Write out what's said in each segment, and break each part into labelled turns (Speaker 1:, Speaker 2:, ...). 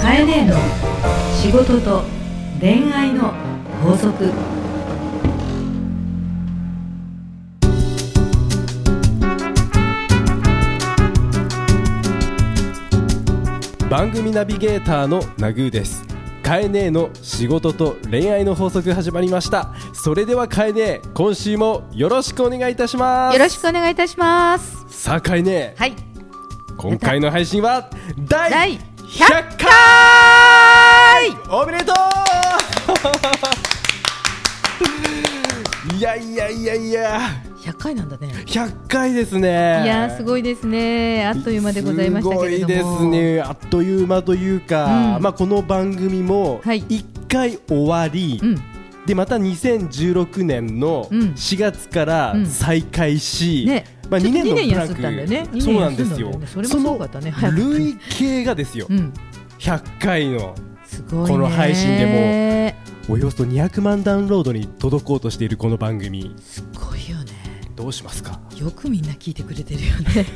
Speaker 1: カエネの仕事と恋愛の法則
Speaker 2: 番組ナビゲーターのナグーですカエネーの仕事と恋愛の法則始まりましたそれではカエネー今週もよろしくお願いいたします
Speaker 3: よろしくお願いいたします。
Speaker 2: さあカエネー
Speaker 3: はい。
Speaker 2: 今回の配信は第
Speaker 3: 第
Speaker 2: 100
Speaker 3: 100
Speaker 2: 回おめでとう いやいやいやいや
Speaker 3: 100回なんだね。
Speaker 2: 100回ですね
Speaker 3: いやーすごいですね。あっという間でございましたけれども。
Speaker 2: すごいですねあっという間というか、
Speaker 3: うん
Speaker 2: まあ、この番組も
Speaker 3: はい
Speaker 2: 1回終わり、
Speaker 3: うん。
Speaker 2: でまた2016年の
Speaker 3: うん
Speaker 2: 4月から
Speaker 3: うん
Speaker 2: 再開し、
Speaker 3: ね
Speaker 2: まあ、
Speaker 3: ちょ
Speaker 2: 2
Speaker 3: っと
Speaker 2: 年の
Speaker 3: 二年
Speaker 2: ブラ
Speaker 3: 休んだんだよ
Speaker 2: ッ
Speaker 3: ね
Speaker 2: クそうなんですよ
Speaker 3: 二年休んだんだよねそれもすごかったね
Speaker 2: その累計がですよ、
Speaker 3: うん。
Speaker 2: 100回の
Speaker 3: すごいね。
Speaker 2: この配信でおよそ200万ダウンロードに届こうとしているこの番組
Speaker 3: すごいよね。
Speaker 2: どうしますか
Speaker 3: よくみんな聞いてくれてるよね。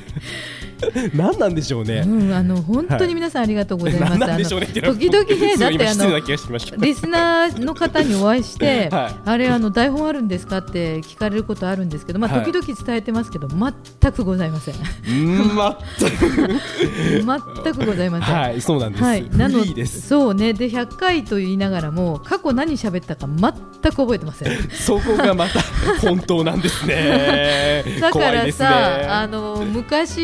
Speaker 2: 何なんでしょうね、
Speaker 3: うん、あの本当に皆さんありがとうございます。
Speaker 2: 何なんでしょうねっ
Speaker 3: あ
Speaker 2: て
Speaker 3: の時々 ね、だってあ
Speaker 2: 失礼な
Speaker 3: の
Speaker 2: 気がし ました
Speaker 3: リスナーの方にお会いして、
Speaker 2: は
Speaker 3: あれあの台本あるんですかって聞かれることあるんですけど、まあ
Speaker 2: はい
Speaker 3: 時々伝えてますけど、全くござい ません。
Speaker 2: うんまっ
Speaker 3: 全くございません。
Speaker 2: はい、そうなんです。
Speaker 3: はい、なの
Speaker 2: フリーです。
Speaker 3: そうね、で100回と言いながらも、過去何喋ったか全く覚えてま せん。
Speaker 2: そこ がまた本当なんですね。
Speaker 3: だか
Speaker 2: 怖いで
Speaker 3: ら
Speaker 2: すね
Speaker 3: さ、あの昔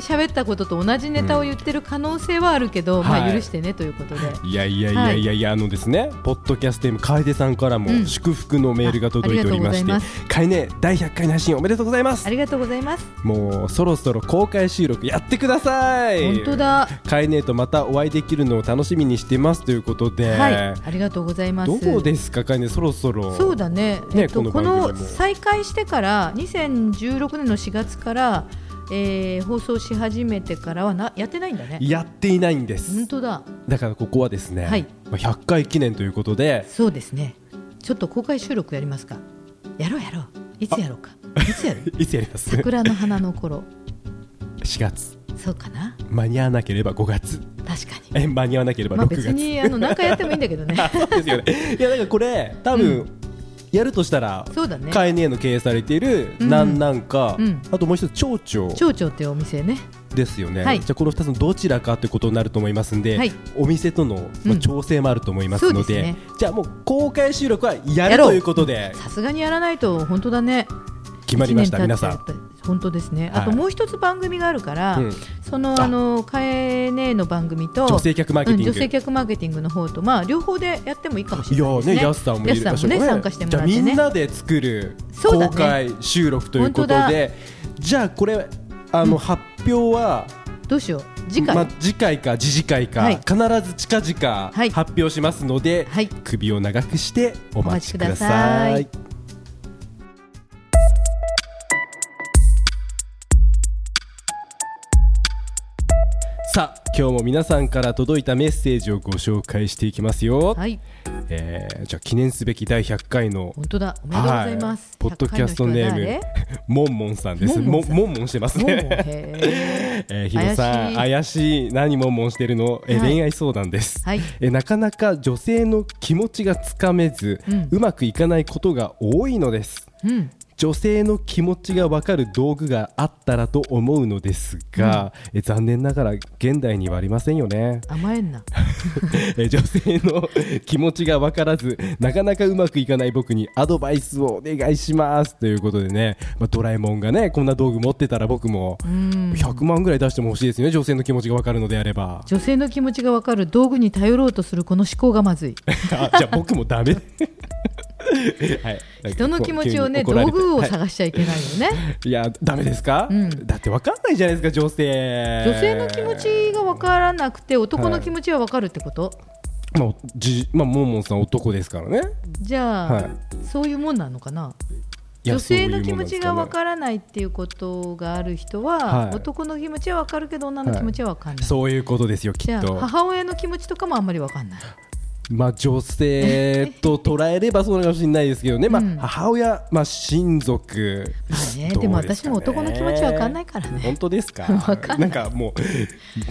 Speaker 3: 喋ったことと同じネタを言ってる可能性はあるけど、
Speaker 2: うん
Speaker 3: ま
Speaker 2: は
Speaker 3: あ
Speaker 2: い
Speaker 3: 許してねということで。
Speaker 2: いやいやいやいやいや、あのですね、ポッドキャスト M 楓さんから
Speaker 3: う
Speaker 2: も
Speaker 3: ん
Speaker 2: 祝福のメールが届いておりまして
Speaker 3: あありがとうございま、
Speaker 2: カイネ第100回の配信おめでとうございます
Speaker 3: あ。りがとうございます。
Speaker 2: もうそろそろ公開収録やってください。
Speaker 3: 本当。だ。
Speaker 2: カイネとまたお会いできるのを楽しみにしてますということで、
Speaker 3: はい、ありがとうございます。
Speaker 2: どうですかカイネそろそろ。
Speaker 3: そうだね。
Speaker 2: ね
Speaker 3: えっと
Speaker 2: この
Speaker 3: こ
Speaker 2: 番組も
Speaker 3: の再開してから2016年の4月から、えー放送し始めてからはなやってないんだね。
Speaker 2: やっていないんです。
Speaker 3: 本当だ。
Speaker 2: だからここはですね、
Speaker 3: はい
Speaker 2: まあ100回記念ということで、
Speaker 3: そうですね。ちょっと公開収録やりますか。やろうやろう。いつやろうか。いつやる。
Speaker 2: いつやります
Speaker 3: 桜の花の頃。
Speaker 2: 4月
Speaker 3: そうかな。
Speaker 2: 間に合わなければ5月
Speaker 3: 確かに。
Speaker 2: え間に合わなければ
Speaker 3: まあ
Speaker 2: 6月、
Speaker 3: 別 にあの何回やってもいいんだけどね。
Speaker 2: そうですよねいやだからこれ多分、やるとしたら
Speaker 3: そう だね。
Speaker 2: カエネの経営されている
Speaker 3: うん
Speaker 2: なんなんか、
Speaker 3: うん
Speaker 2: あともう一つ蝶々
Speaker 3: 町長っていうお店ね。
Speaker 2: ですよね、
Speaker 3: はい
Speaker 2: じゃあこの2つのどちらかということになると思いますんで、
Speaker 3: はい
Speaker 2: お店との、
Speaker 3: う
Speaker 2: まあ、
Speaker 3: ん
Speaker 2: 調整もあると思いますの
Speaker 3: そ
Speaker 2: で,、
Speaker 3: うですね
Speaker 2: じゃあもう公開収録はやる
Speaker 3: やろう
Speaker 2: ということで
Speaker 3: さすがにやらないと本当だね。
Speaker 2: 決まりました
Speaker 3: 一年
Speaker 2: 皆
Speaker 3: 経って
Speaker 2: さ
Speaker 3: や
Speaker 2: ん
Speaker 3: っ、ぱり本当ですね。
Speaker 2: は
Speaker 3: あ
Speaker 2: い
Speaker 3: ともう一つ番組があるから、
Speaker 2: うん
Speaker 3: その
Speaker 2: あ
Speaker 3: あのカエネの番組と
Speaker 2: 女性客マーケティング、
Speaker 3: うん女性客マーケティングの方とまあ両方でやってもいいかもし
Speaker 2: い
Speaker 3: れ
Speaker 2: や
Speaker 3: ないです
Speaker 2: ー
Speaker 3: ね。
Speaker 2: ね、ヤスさんもいる
Speaker 3: ヤ
Speaker 2: で
Speaker 3: ス
Speaker 2: し
Speaker 3: さ
Speaker 2: ょ
Speaker 3: ん
Speaker 2: う
Speaker 3: も
Speaker 2: ね。
Speaker 3: ね参加してもらってね。
Speaker 2: じゃあみんなで作る
Speaker 3: そうだ
Speaker 2: 公
Speaker 3: ね
Speaker 2: 開収録ということ
Speaker 3: 本
Speaker 2: で、じゃあこれあの発表は、
Speaker 3: どうしよう次回、
Speaker 2: ま次回か次々回か、
Speaker 3: はい
Speaker 2: 必ず近々
Speaker 3: はい
Speaker 2: 発表しますので、
Speaker 3: はい
Speaker 2: 首を長くしてお待ちくだ
Speaker 3: お
Speaker 2: さい。
Speaker 3: 待ち
Speaker 2: さあ今日も皆さんから届いたメッセージをご紹介していきますよ、
Speaker 3: はい
Speaker 2: えーじゃあ記念すべき第100回の
Speaker 3: 本当だおめでとうございます。
Speaker 2: ポッドキャストネーム モンモンさんです
Speaker 3: モンモン
Speaker 2: モン
Speaker 3: さん
Speaker 2: モンモンしてます
Speaker 3: 100回の人は誰。もう
Speaker 2: ね
Speaker 3: へー
Speaker 2: えー、ひろさん怪し
Speaker 3: 怪しい
Speaker 2: い何モンモンしてるの、えー
Speaker 3: はい
Speaker 2: 恋愛相談です、
Speaker 3: はい
Speaker 2: えーなかなか女性の気持ちがつかめず、う
Speaker 3: うん
Speaker 2: まくいかないことが多いのです
Speaker 3: うん
Speaker 2: 女性の気持ちがわかる道具があったらと思うのですが、えー残念ながら現代にはありませんよね
Speaker 3: 甘えんな。
Speaker 2: えー女性の気持ちが分からずなかなかうまくいかない僕にアドバイスをお願いしますということでね、まあ、ドラえもんがねこんな道具持ってたら僕も
Speaker 3: うん
Speaker 2: 100万ぐらい出しても欲しいですね女性の気持ちが分かるのであれ ば
Speaker 3: 女性の気持ちがわかる道具に頼ろうとするこの思考がまずい。
Speaker 2: あじゃあ僕も ダメはい、
Speaker 3: 人の気持ちをね
Speaker 2: 急に
Speaker 3: 道
Speaker 2: 怒られて
Speaker 3: 具を
Speaker 2: は
Speaker 3: 探しちゃいけないよね。
Speaker 2: い、いやダメですか、
Speaker 3: うん
Speaker 2: だって分かんないじゃないですか女性
Speaker 3: 女性の気持ちがわからなくて男の気持ちはわかるってこと。
Speaker 2: まあじまあもんもんさん男ですからね
Speaker 3: じゃあ、
Speaker 2: はい
Speaker 3: そういうもんなのかな。
Speaker 2: いや
Speaker 3: 女性
Speaker 2: そう
Speaker 3: の
Speaker 2: いう
Speaker 3: 気
Speaker 2: もん
Speaker 3: 持
Speaker 2: なんで
Speaker 3: ち
Speaker 2: すね
Speaker 3: がわからないっていうことがある人は、
Speaker 2: はい
Speaker 3: 男の気持ちはわかるけど女の気持ちはわかんない、
Speaker 2: そういうことですよき
Speaker 3: じゃ
Speaker 2: っ
Speaker 3: あ
Speaker 2: と
Speaker 3: 母親の気持ちとかもあんまりわかんない
Speaker 2: まあ、女性と捉えればそうなのかもしれないですけどね、まあ
Speaker 3: うん、
Speaker 2: 母親、まあ、親族、
Speaker 3: まあね
Speaker 2: どうすか
Speaker 3: でも私も男の気持ちわかんないからね
Speaker 2: 本当ですか
Speaker 3: わかんない
Speaker 2: んかも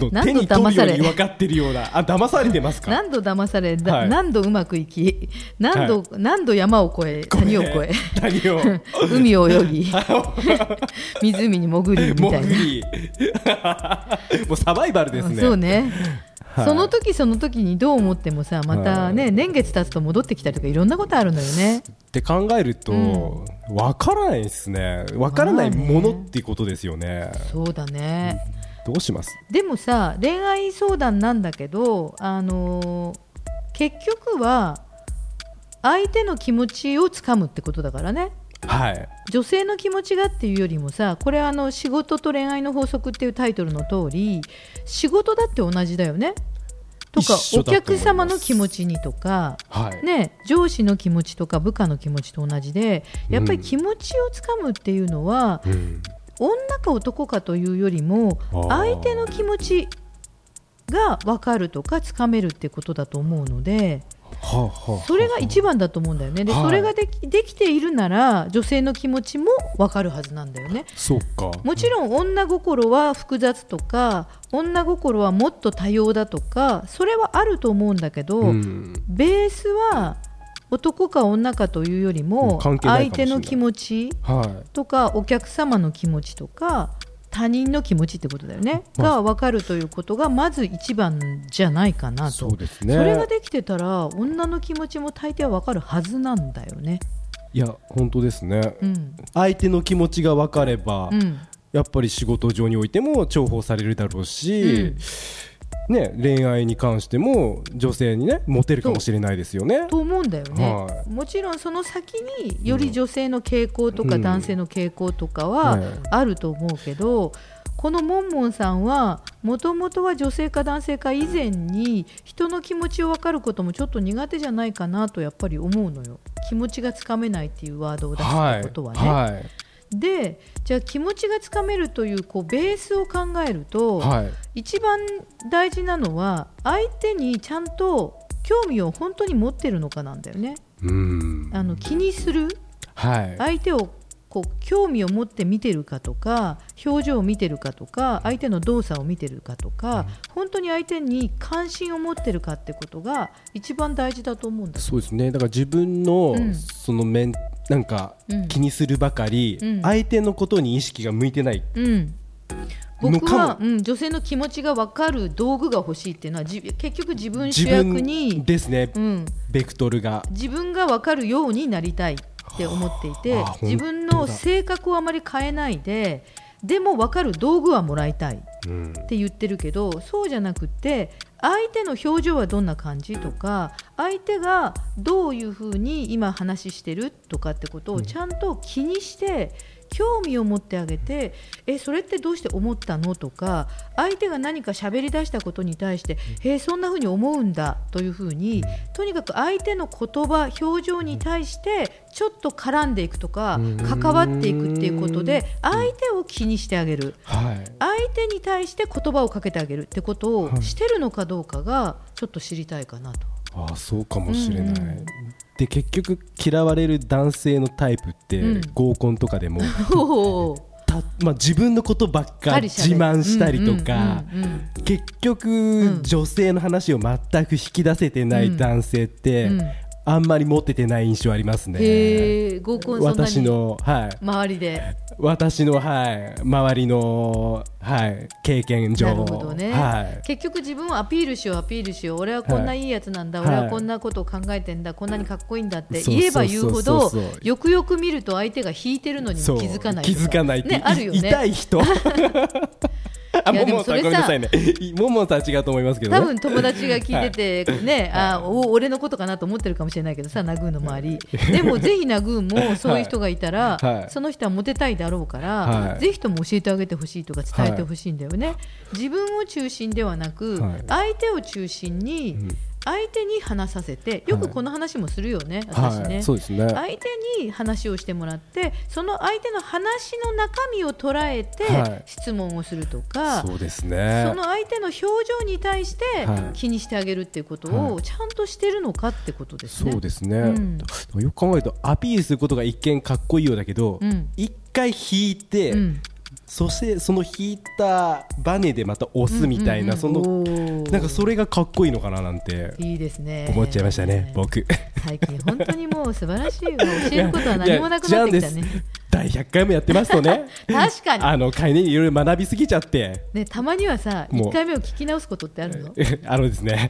Speaker 2: うもう
Speaker 3: 何
Speaker 2: 手
Speaker 3: 度
Speaker 2: に取る
Speaker 3: 騙され
Speaker 2: ように分かってるようなあ騙されてますか
Speaker 3: 何度騙され、だ
Speaker 2: はい
Speaker 3: 何度うまくいき何度、
Speaker 2: は
Speaker 3: 何度山を越え谷を 越え
Speaker 2: 谷を
Speaker 3: 海を泳ぎ湖に潜りみたい
Speaker 2: 潜
Speaker 3: な、
Speaker 2: り もうサバイバルですね
Speaker 3: そうね、
Speaker 2: はい
Speaker 3: その時その時にどう思ってもさまたね、
Speaker 2: はい
Speaker 3: 年月経つと戻ってきたりとかいろんなことあるのよね
Speaker 2: って考えると、
Speaker 3: うん
Speaker 2: 分からないですね分からないものっていうことですよね
Speaker 3: そうだね、
Speaker 2: どうします
Speaker 3: でもさ恋愛相談なんだけどあのー結局は相手の気持ちをつかむってことだからね
Speaker 2: はい
Speaker 3: 女性の気持ちがっていうよりもさこれあの仕事と恋愛の法則っていうタイトルの通り仕事だって同じだよねとか
Speaker 2: 一緒
Speaker 3: お
Speaker 2: だと思います
Speaker 3: 客様の気持ちにとか、
Speaker 2: はい、
Speaker 3: ね、上司の気持ちとか部下の気持ちと同じでやっぱり
Speaker 2: うん
Speaker 3: 気持ちをつかむっていうのは、
Speaker 2: うん
Speaker 3: 女か男かというよりも
Speaker 2: あー
Speaker 3: 相手の気持ちが分かるとかつかめるってことだと思うので
Speaker 2: はあはあ
Speaker 3: それが一番だと思うんだよねで
Speaker 2: はい
Speaker 3: それができできているなら女性の気持ちも分かるはずなんだよね。
Speaker 2: そっか
Speaker 3: もちろん女心は複雑とか女心はもっと多様だとかそれはあると思うんだけど、
Speaker 2: うん
Speaker 3: ベースは男か女かというより
Speaker 2: うん
Speaker 3: も
Speaker 2: 関係ない
Speaker 3: 相手
Speaker 2: かもしれない
Speaker 3: の気持ち
Speaker 2: は
Speaker 3: とかお客様の気持ちとか他人の気持ちってことだよね、
Speaker 2: ま
Speaker 3: が分かるということがまず一番じゃないかないと
Speaker 2: そうですね
Speaker 3: それができてたら女の気持ちも大抵は分かるはずなんだよね。
Speaker 2: いや本当ですね、
Speaker 3: うん
Speaker 2: 相手の気持ちが分かれば、
Speaker 3: うん
Speaker 2: やっぱり仕事上においても重宝されるだろうし、ね、恋愛に関しても女性にねモテるかもしれないですよね。
Speaker 3: と思うんだよね、
Speaker 2: はい
Speaker 3: もちろんその先により女性の傾向とか
Speaker 2: うん
Speaker 3: 男性の傾向とかは
Speaker 2: ね
Speaker 3: あると思うけど、このモンモンさんはもともとは女性か男性か以前に人の気持ちを分かることもちょっと苦手じゃないかなとやっぱり思うのよ気持ちがつかめないっていうワードを出すっ
Speaker 2: は
Speaker 3: て
Speaker 2: い
Speaker 3: ことはね。
Speaker 2: はい
Speaker 3: でじゃあ気持ちがつかめるというこうベースを考えると、
Speaker 2: はい
Speaker 3: 一番大事なのは相手にちゃんと興味を本当に持ってるのかなんだよね。
Speaker 2: うん
Speaker 3: あの気にする
Speaker 2: はい
Speaker 3: 相手をこう興味を持って見てるかとか表情を見てるかとか相手の動作を見てるかとか本当に相手に関心を持ってるかってことが一番大事だと思うんだ
Speaker 2: そうですねだから自分の、
Speaker 3: うん
Speaker 2: その面なんか
Speaker 3: うん
Speaker 2: 気にするばかり、
Speaker 3: うん
Speaker 2: 相手のことに意識が向いてない、
Speaker 3: うん僕
Speaker 2: の
Speaker 3: は
Speaker 2: か、
Speaker 3: うん、女性の気持ちが分かる道具が欲しいっていうのはじ結局自分主
Speaker 2: 自
Speaker 3: 役
Speaker 2: 分
Speaker 3: に、
Speaker 2: ですね、
Speaker 3: うん、
Speaker 2: ベクトルが
Speaker 3: 自分が分かるようになりたいって思っていて
Speaker 2: はあ
Speaker 3: 自分
Speaker 2: 本
Speaker 3: の
Speaker 2: 当だ
Speaker 3: 性格をあまり変えないででも分かる道具はもらいたいって言ってるけどそうじゃなくて相手の表情はどんな感じとか相手がどういうふうに今話してるとかってことをちゃんと気にして、興味を持ってあげてえそれってどうして思ったのとか相手が何か喋り出したことに対してえそんなふうに思うんだというふうにとにかく相手の言葉表情に対してちょっと絡んでいくとか
Speaker 2: うん
Speaker 3: 関わっていくっていうことで相手を気にしてあげる。
Speaker 2: はい
Speaker 3: 相手に対して言葉をかけてあげるってこと
Speaker 2: は
Speaker 3: を
Speaker 2: い
Speaker 3: してるのかどうかがちょっと知りたいかなと。
Speaker 2: ああそうかもしれない、
Speaker 3: うんうん
Speaker 2: で結局嫌われる男性のタイプって、
Speaker 3: うん
Speaker 2: 合コンと かでも
Speaker 3: おー
Speaker 2: た、まあ、自分のことばっかり自慢したりとか、
Speaker 3: うんうんうん
Speaker 2: 結局、
Speaker 3: ん
Speaker 2: 女性の話を全く引き出せてない男性って、
Speaker 3: うん
Speaker 2: あんまり持っててない印象あります ね。
Speaker 3: へえ合コンそんな
Speaker 2: 私
Speaker 3: に
Speaker 2: の、はい、
Speaker 3: 周りで
Speaker 2: 私の、はい、周りの、はい、経験上。
Speaker 3: なるほどね、
Speaker 2: はい。
Speaker 3: 結局自分をアピールしようアピールしよう俺はこんないいやつなんだ、
Speaker 2: はい
Speaker 3: 俺はこんなことを考えてんだこんなにかっこいいんだって
Speaker 2: そう
Speaker 3: 言えば言うほど
Speaker 2: そうそうそうそう
Speaker 3: よくよく見ると相手が引いてるのに
Speaker 2: そ
Speaker 3: も
Speaker 2: う
Speaker 3: 気づかない
Speaker 2: 気づかないって、
Speaker 3: ねあるよね
Speaker 2: 痛い 人。あ、
Speaker 3: い
Speaker 2: も
Speaker 3: や
Speaker 2: んもんさ
Speaker 3: で
Speaker 2: ん、ご
Speaker 3: もそれ
Speaker 2: めんな
Speaker 3: さ
Speaker 2: さいね。いもんもんさんは違うと思いますけど、ね。
Speaker 3: 多分友達が聞いてて、ね、あお俺のことかなと思ってるかもしれないけどさ、ナグーの周り、でもぜひナグーもそういう人がいたら、
Speaker 2: はい
Speaker 3: その人はモテたいだろうから、
Speaker 2: はい
Speaker 3: ぜひとも教えてあげてほしいとか、伝えてほしいんだよね、自分を中心ではなく、
Speaker 2: はい
Speaker 3: 相手を中心に、相手に話させてよくこの話もするよね、私ね、
Speaker 2: はい、そうですね。
Speaker 3: 相手に話をしてもらってその相手の話の中身を捉えて
Speaker 2: はい
Speaker 3: 質問をするとか、
Speaker 2: そうですね。
Speaker 3: その相手の表情に対して
Speaker 2: はい
Speaker 3: 気にしてあげるっていうこと
Speaker 2: は
Speaker 3: をちゃんとしてるのかってことですね。
Speaker 2: そうですね、
Speaker 3: うん
Speaker 2: だからよく考えるとアピールすることが一見かっこいいようだけど、
Speaker 3: うん
Speaker 2: 一回引いて、
Speaker 3: うん
Speaker 2: そしてその引いたバネでまた押すみたいな、その
Speaker 3: おー
Speaker 2: なんかそれがかっこいいのかななんて
Speaker 3: いいですね
Speaker 2: 思っちゃいましたね、僕。
Speaker 3: 最近本当にもう素晴らしいよ教えること は何もなくなってきた
Speaker 2: いやいやじゃあです
Speaker 3: ね
Speaker 2: 第100回もやってますとね
Speaker 3: 確かに
Speaker 2: あの飼いねいろいろ学びすぎちゃって
Speaker 3: ねたまにはさ
Speaker 2: もう
Speaker 3: 1回目を聞き直すことってあるの
Speaker 2: あのですね、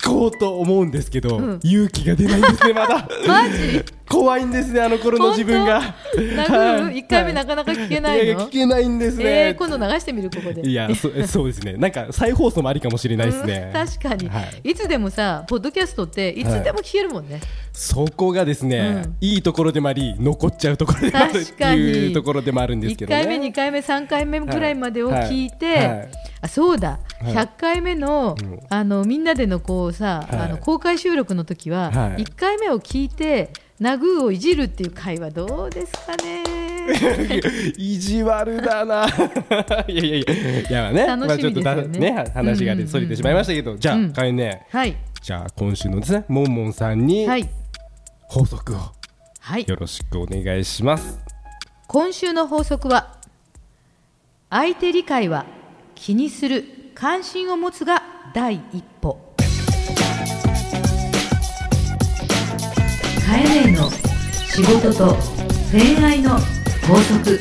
Speaker 2: 聞こうと思うんですけど、
Speaker 3: うん
Speaker 2: 勇気が出ないんですねまだ
Speaker 3: マジ
Speaker 2: 怖いんですねあの頃の自分が
Speaker 3: 本殴
Speaker 2: は
Speaker 3: る
Speaker 2: い
Speaker 3: 1回目なかなか聞けないの
Speaker 2: いやいや聞けないんですね、
Speaker 3: えー、今度流してみるここで
Speaker 2: いやそ そうですねなんか再放送もありかもしれないですね、
Speaker 3: うん確かに、
Speaker 2: はい
Speaker 3: い、つでもさポッドキャストっていつでも聞けるもんね、
Speaker 2: そこがですね、
Speaker 3: うん
Speaker 2: いいところでもあり残っちゃうところでもあるっ
Speaker 3: 確
Speaker 2: て
Speaker 3: かに
Speaker 2: いうところでもあるんですけ
Speaker 3: 1
Speaker 2: どね
Speaker 3: 回目2回目3回目ぐらいまでを聞いて、
Speaker 2: はいはい
Speaker 3: あそうだ、
Speaker 2: はい
Speaker 3: 100回目の,、
Speaker 2: ん
Speaker 3: あのみんなでのこうさ、
Speaker 2: はい
Speaker 3: あの公開収録の時は、
Speaker 2: はい
Speaker 3: 1回目を聞いてナグーをいじるっていう会話どうですか ね
Speaker 2: 意地悪だな。いやいやいや、いやまあね、
Speaker 3: 楽しみですよね
Speaker 2: まあちょっとだね、話が
Speaker 3: うんうんう
Speaker 2: ね
Speaker 3: ん
Speaker 2: それてしまいましたけど、じゃ
Speaker 3: うん
Speaker 2: あ、かえね、
Speaker 3: はい
Speaker 2: じゃあ今週のですね、もんもんさんに
Speaker 3: はい
Speaker 2: 法則を
Speaker 3: はい
Speaker 2: よろしくお願いします。
Speaker 3: 今週の法則は相手理解は気にする関心を持つが第一歩
Speaker 1: カエネの仕事と恋愛の法則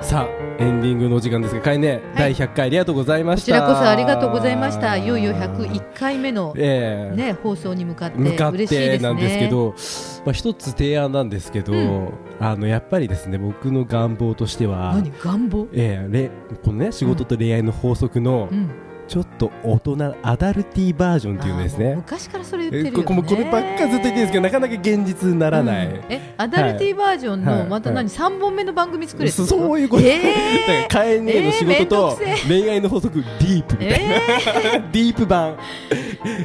Speaker 2: さあ、エンディングのお時間ですが、かえね、第100回ありがとうございま
Speaker 3: こ
Speaker 2: し
Speaker 3: ち
Speaker 2: た。
Speaker 3: らこそありがとうございましたいよいよ101回目の、
Speaker 2: ええ
Speaker 3: ね、放送に向かって
Speaker 2: 向かっ
Speaker 3: 嬉しいで
Speaker 2: て
Speaker 3: すね
Speaker 2: なんですけど、まあ一つ提案なんですけど、
Speaker 3: うん
Speaker 2: あのやっぱりですね、僕の願望としては。
Speaker 3: 何願望
Speaker 2: ええれこのね仕事と恋愛の法則の
Speaker 3: うん
Speaker 2: ちょっと大人アダルティバージョンっていうのです
Speaker 3: あーもう
Speaker 2: ね
Speaker 3: 昔からそれ言って
Speaker 2: え
Speaker 3: るよね
Speaker 2: ここもこればっかずっと言ってるんですけどなかなか現実にならない、
Speaker 3: うんえアダルティバージョン
Speaker 2: は
Speaker 3: の
Speaker 2: い
Speaker 3: また何、
Speaker 2: はい
Speaker 3: 三3本目の番組作れって
Speaker 2: そ
Speaker 3: こ
Speaker 2: そういうこと、
Speaker 3: えー
Speaker 2: だから変え ねえの仕事と
Speaker 3: えーめんどくせ
Speaker 2: 恋愛の法則ディープみたいな、ディープ版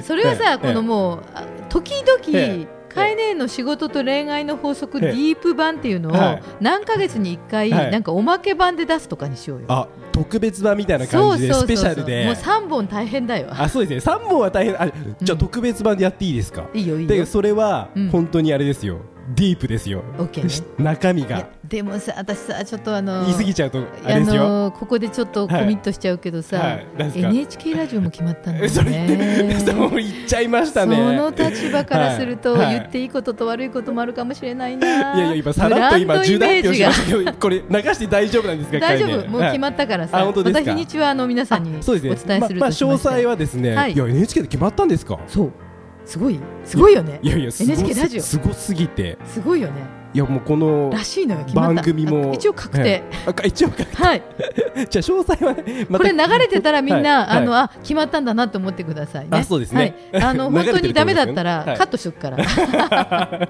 Speaker 3: それはさ、
Speaker 2: ええ
Speaker 3: このもうあ時
Speaker 2: え
Speaker 3: 々、
Speaker 2: え
Speaker 3: カエネの仕事と恋愛の法則
Speaker 2: ええ
Speaker 3: ディープ版っていうのを
Speaker 2: はい
Speaker 3: 何ヶ月に1回
Speaker 2: はい
Speaker 3: なんかおまけ版で出すとかにしようよ。
Speaker 2: あ特別版みたいな感じでスペシャルで
Speaker 3: もう3本大変だよ。
Speaker 2: あそうですね3本は大変あじゃあ特別版でやっていいですか、
Speaker 3: いいよいいよ
Speaker 2: で。それは
Speaker 3: うん
Speaker 2: 本当にあれですよ、ディープですよ
Speaker 3: OK ね
Speaker 2: 中身
Speaker 3: いや
Speaker 2: が
Speaker 3: でもさ私さちょっとあの
Speaker 2: 言い過ぎちゃうとあれですよ、
Speaker 3: あのここでちょっとコミットしちゃうけどさ、
Speaker 2: はいなんですか
Speaker 3: NHK ラジオも決まったんだ
Speaker 2: え
Speaker 3: よ
Speaker 2: それ言って、
Speaker 3: ね。
Speaker 2: そう言っちゃいましたね。
Speaker 3: その立場からすると、
Speaker 2: はいはい
Speaker 3: 言っていいことと悪いこともあるかもしれないな。
Speaker 2: いやいや、今、さらっと今、重大発表しましたけど、これ、流して大丈夫なんですか、
Speaker 3: 大丈
Speaker 2: 一回
Speaker 3: 夫、
Speaker 2: ね
Speaker 3: もう決まったからさ、
Speaker 2: はいあ本当ですか
Speaker 3: また日にちはあの皆さん
Speaker 2: は
Speaker 3: に
Speaker 2: い
Speaker 3: お
Speaker 2: そう
Speaker 3: 伝
Speaker 2: で
Speaker 3: え
Speaker 2: す
Speaker 3: す
Speaker 2: ね、
Speaker 3: る
Speaker 2: ま
Speaker 3: と
Speaker 2: あ
Speaker 3: し
Speaker 2: まあ、
Speaker 3: まして
Speaker 2: 詳細はですね、
Speaker 3: はい
Speaker 2: いや、NHK で決まったんですか
Speaker 3: そう、すごい、すごいよね。
Speaker 2: いやいや、すご
Speaker 3: NHK ラジオ、す
Speaker 2: すごすぎて、
Speaker 3: ごいよね。
Speaker 2: いや、もうこの
Speaker 3: らしいのよ、決まった。
Speaker 2: 番組も
Speaker 3: あ一応確定。
Speaker 2: あか一応か、
Speaker 3: はい、
Speaker 2: じゃあ、詳細はね、ま
Speaker 3: こ
Speaker 2: た
Speaker 3: れ流れてたらみんな、
Speaker 2: は
Speaker 3: あ
Speaker 2: い
Speaker 3: の
Speaker 2: は
Speaker 3: あ決まったんだなと思ってくださいね。
Speaker 2: あそうですね
Speaker 3: はい、あの
Speaker 2: 流れ
Speaker 3: 本
Speaker 2: てる
Speaker 3: 当にダメだった
Speaker 2: ってことですよねは
Speaker 3: らカ
Speaker 2: い
Speaker 3: ットしとくから。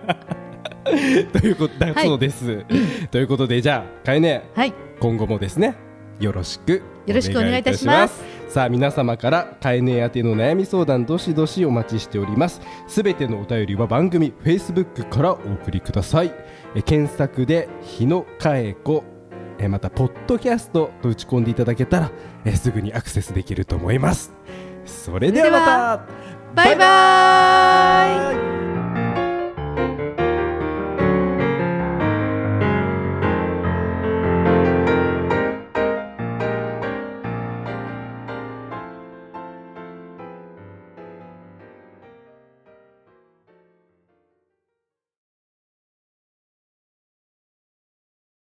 Speaker 2: ということだ
Speaker 3: はい
Speaker 2: そうです。ということで、じゃあ、かえね、
Speaker 3: はい、
Speaker 2: 今後もですねよろしく
Speaker 3: よろしくお願いいたします
Speaker 2: お願いいたしますさあ皆様から買えねえ宛ての悩み相談どしどしお待ちしておりますすべてのお便りは番組 Facebook からお送りくださいえ検索で日野かえ子えまたポッドキャストと打ち込んでいただけたらえすぐにアクセスできると思いますそれではまた
Speaker 3: バイバーイ。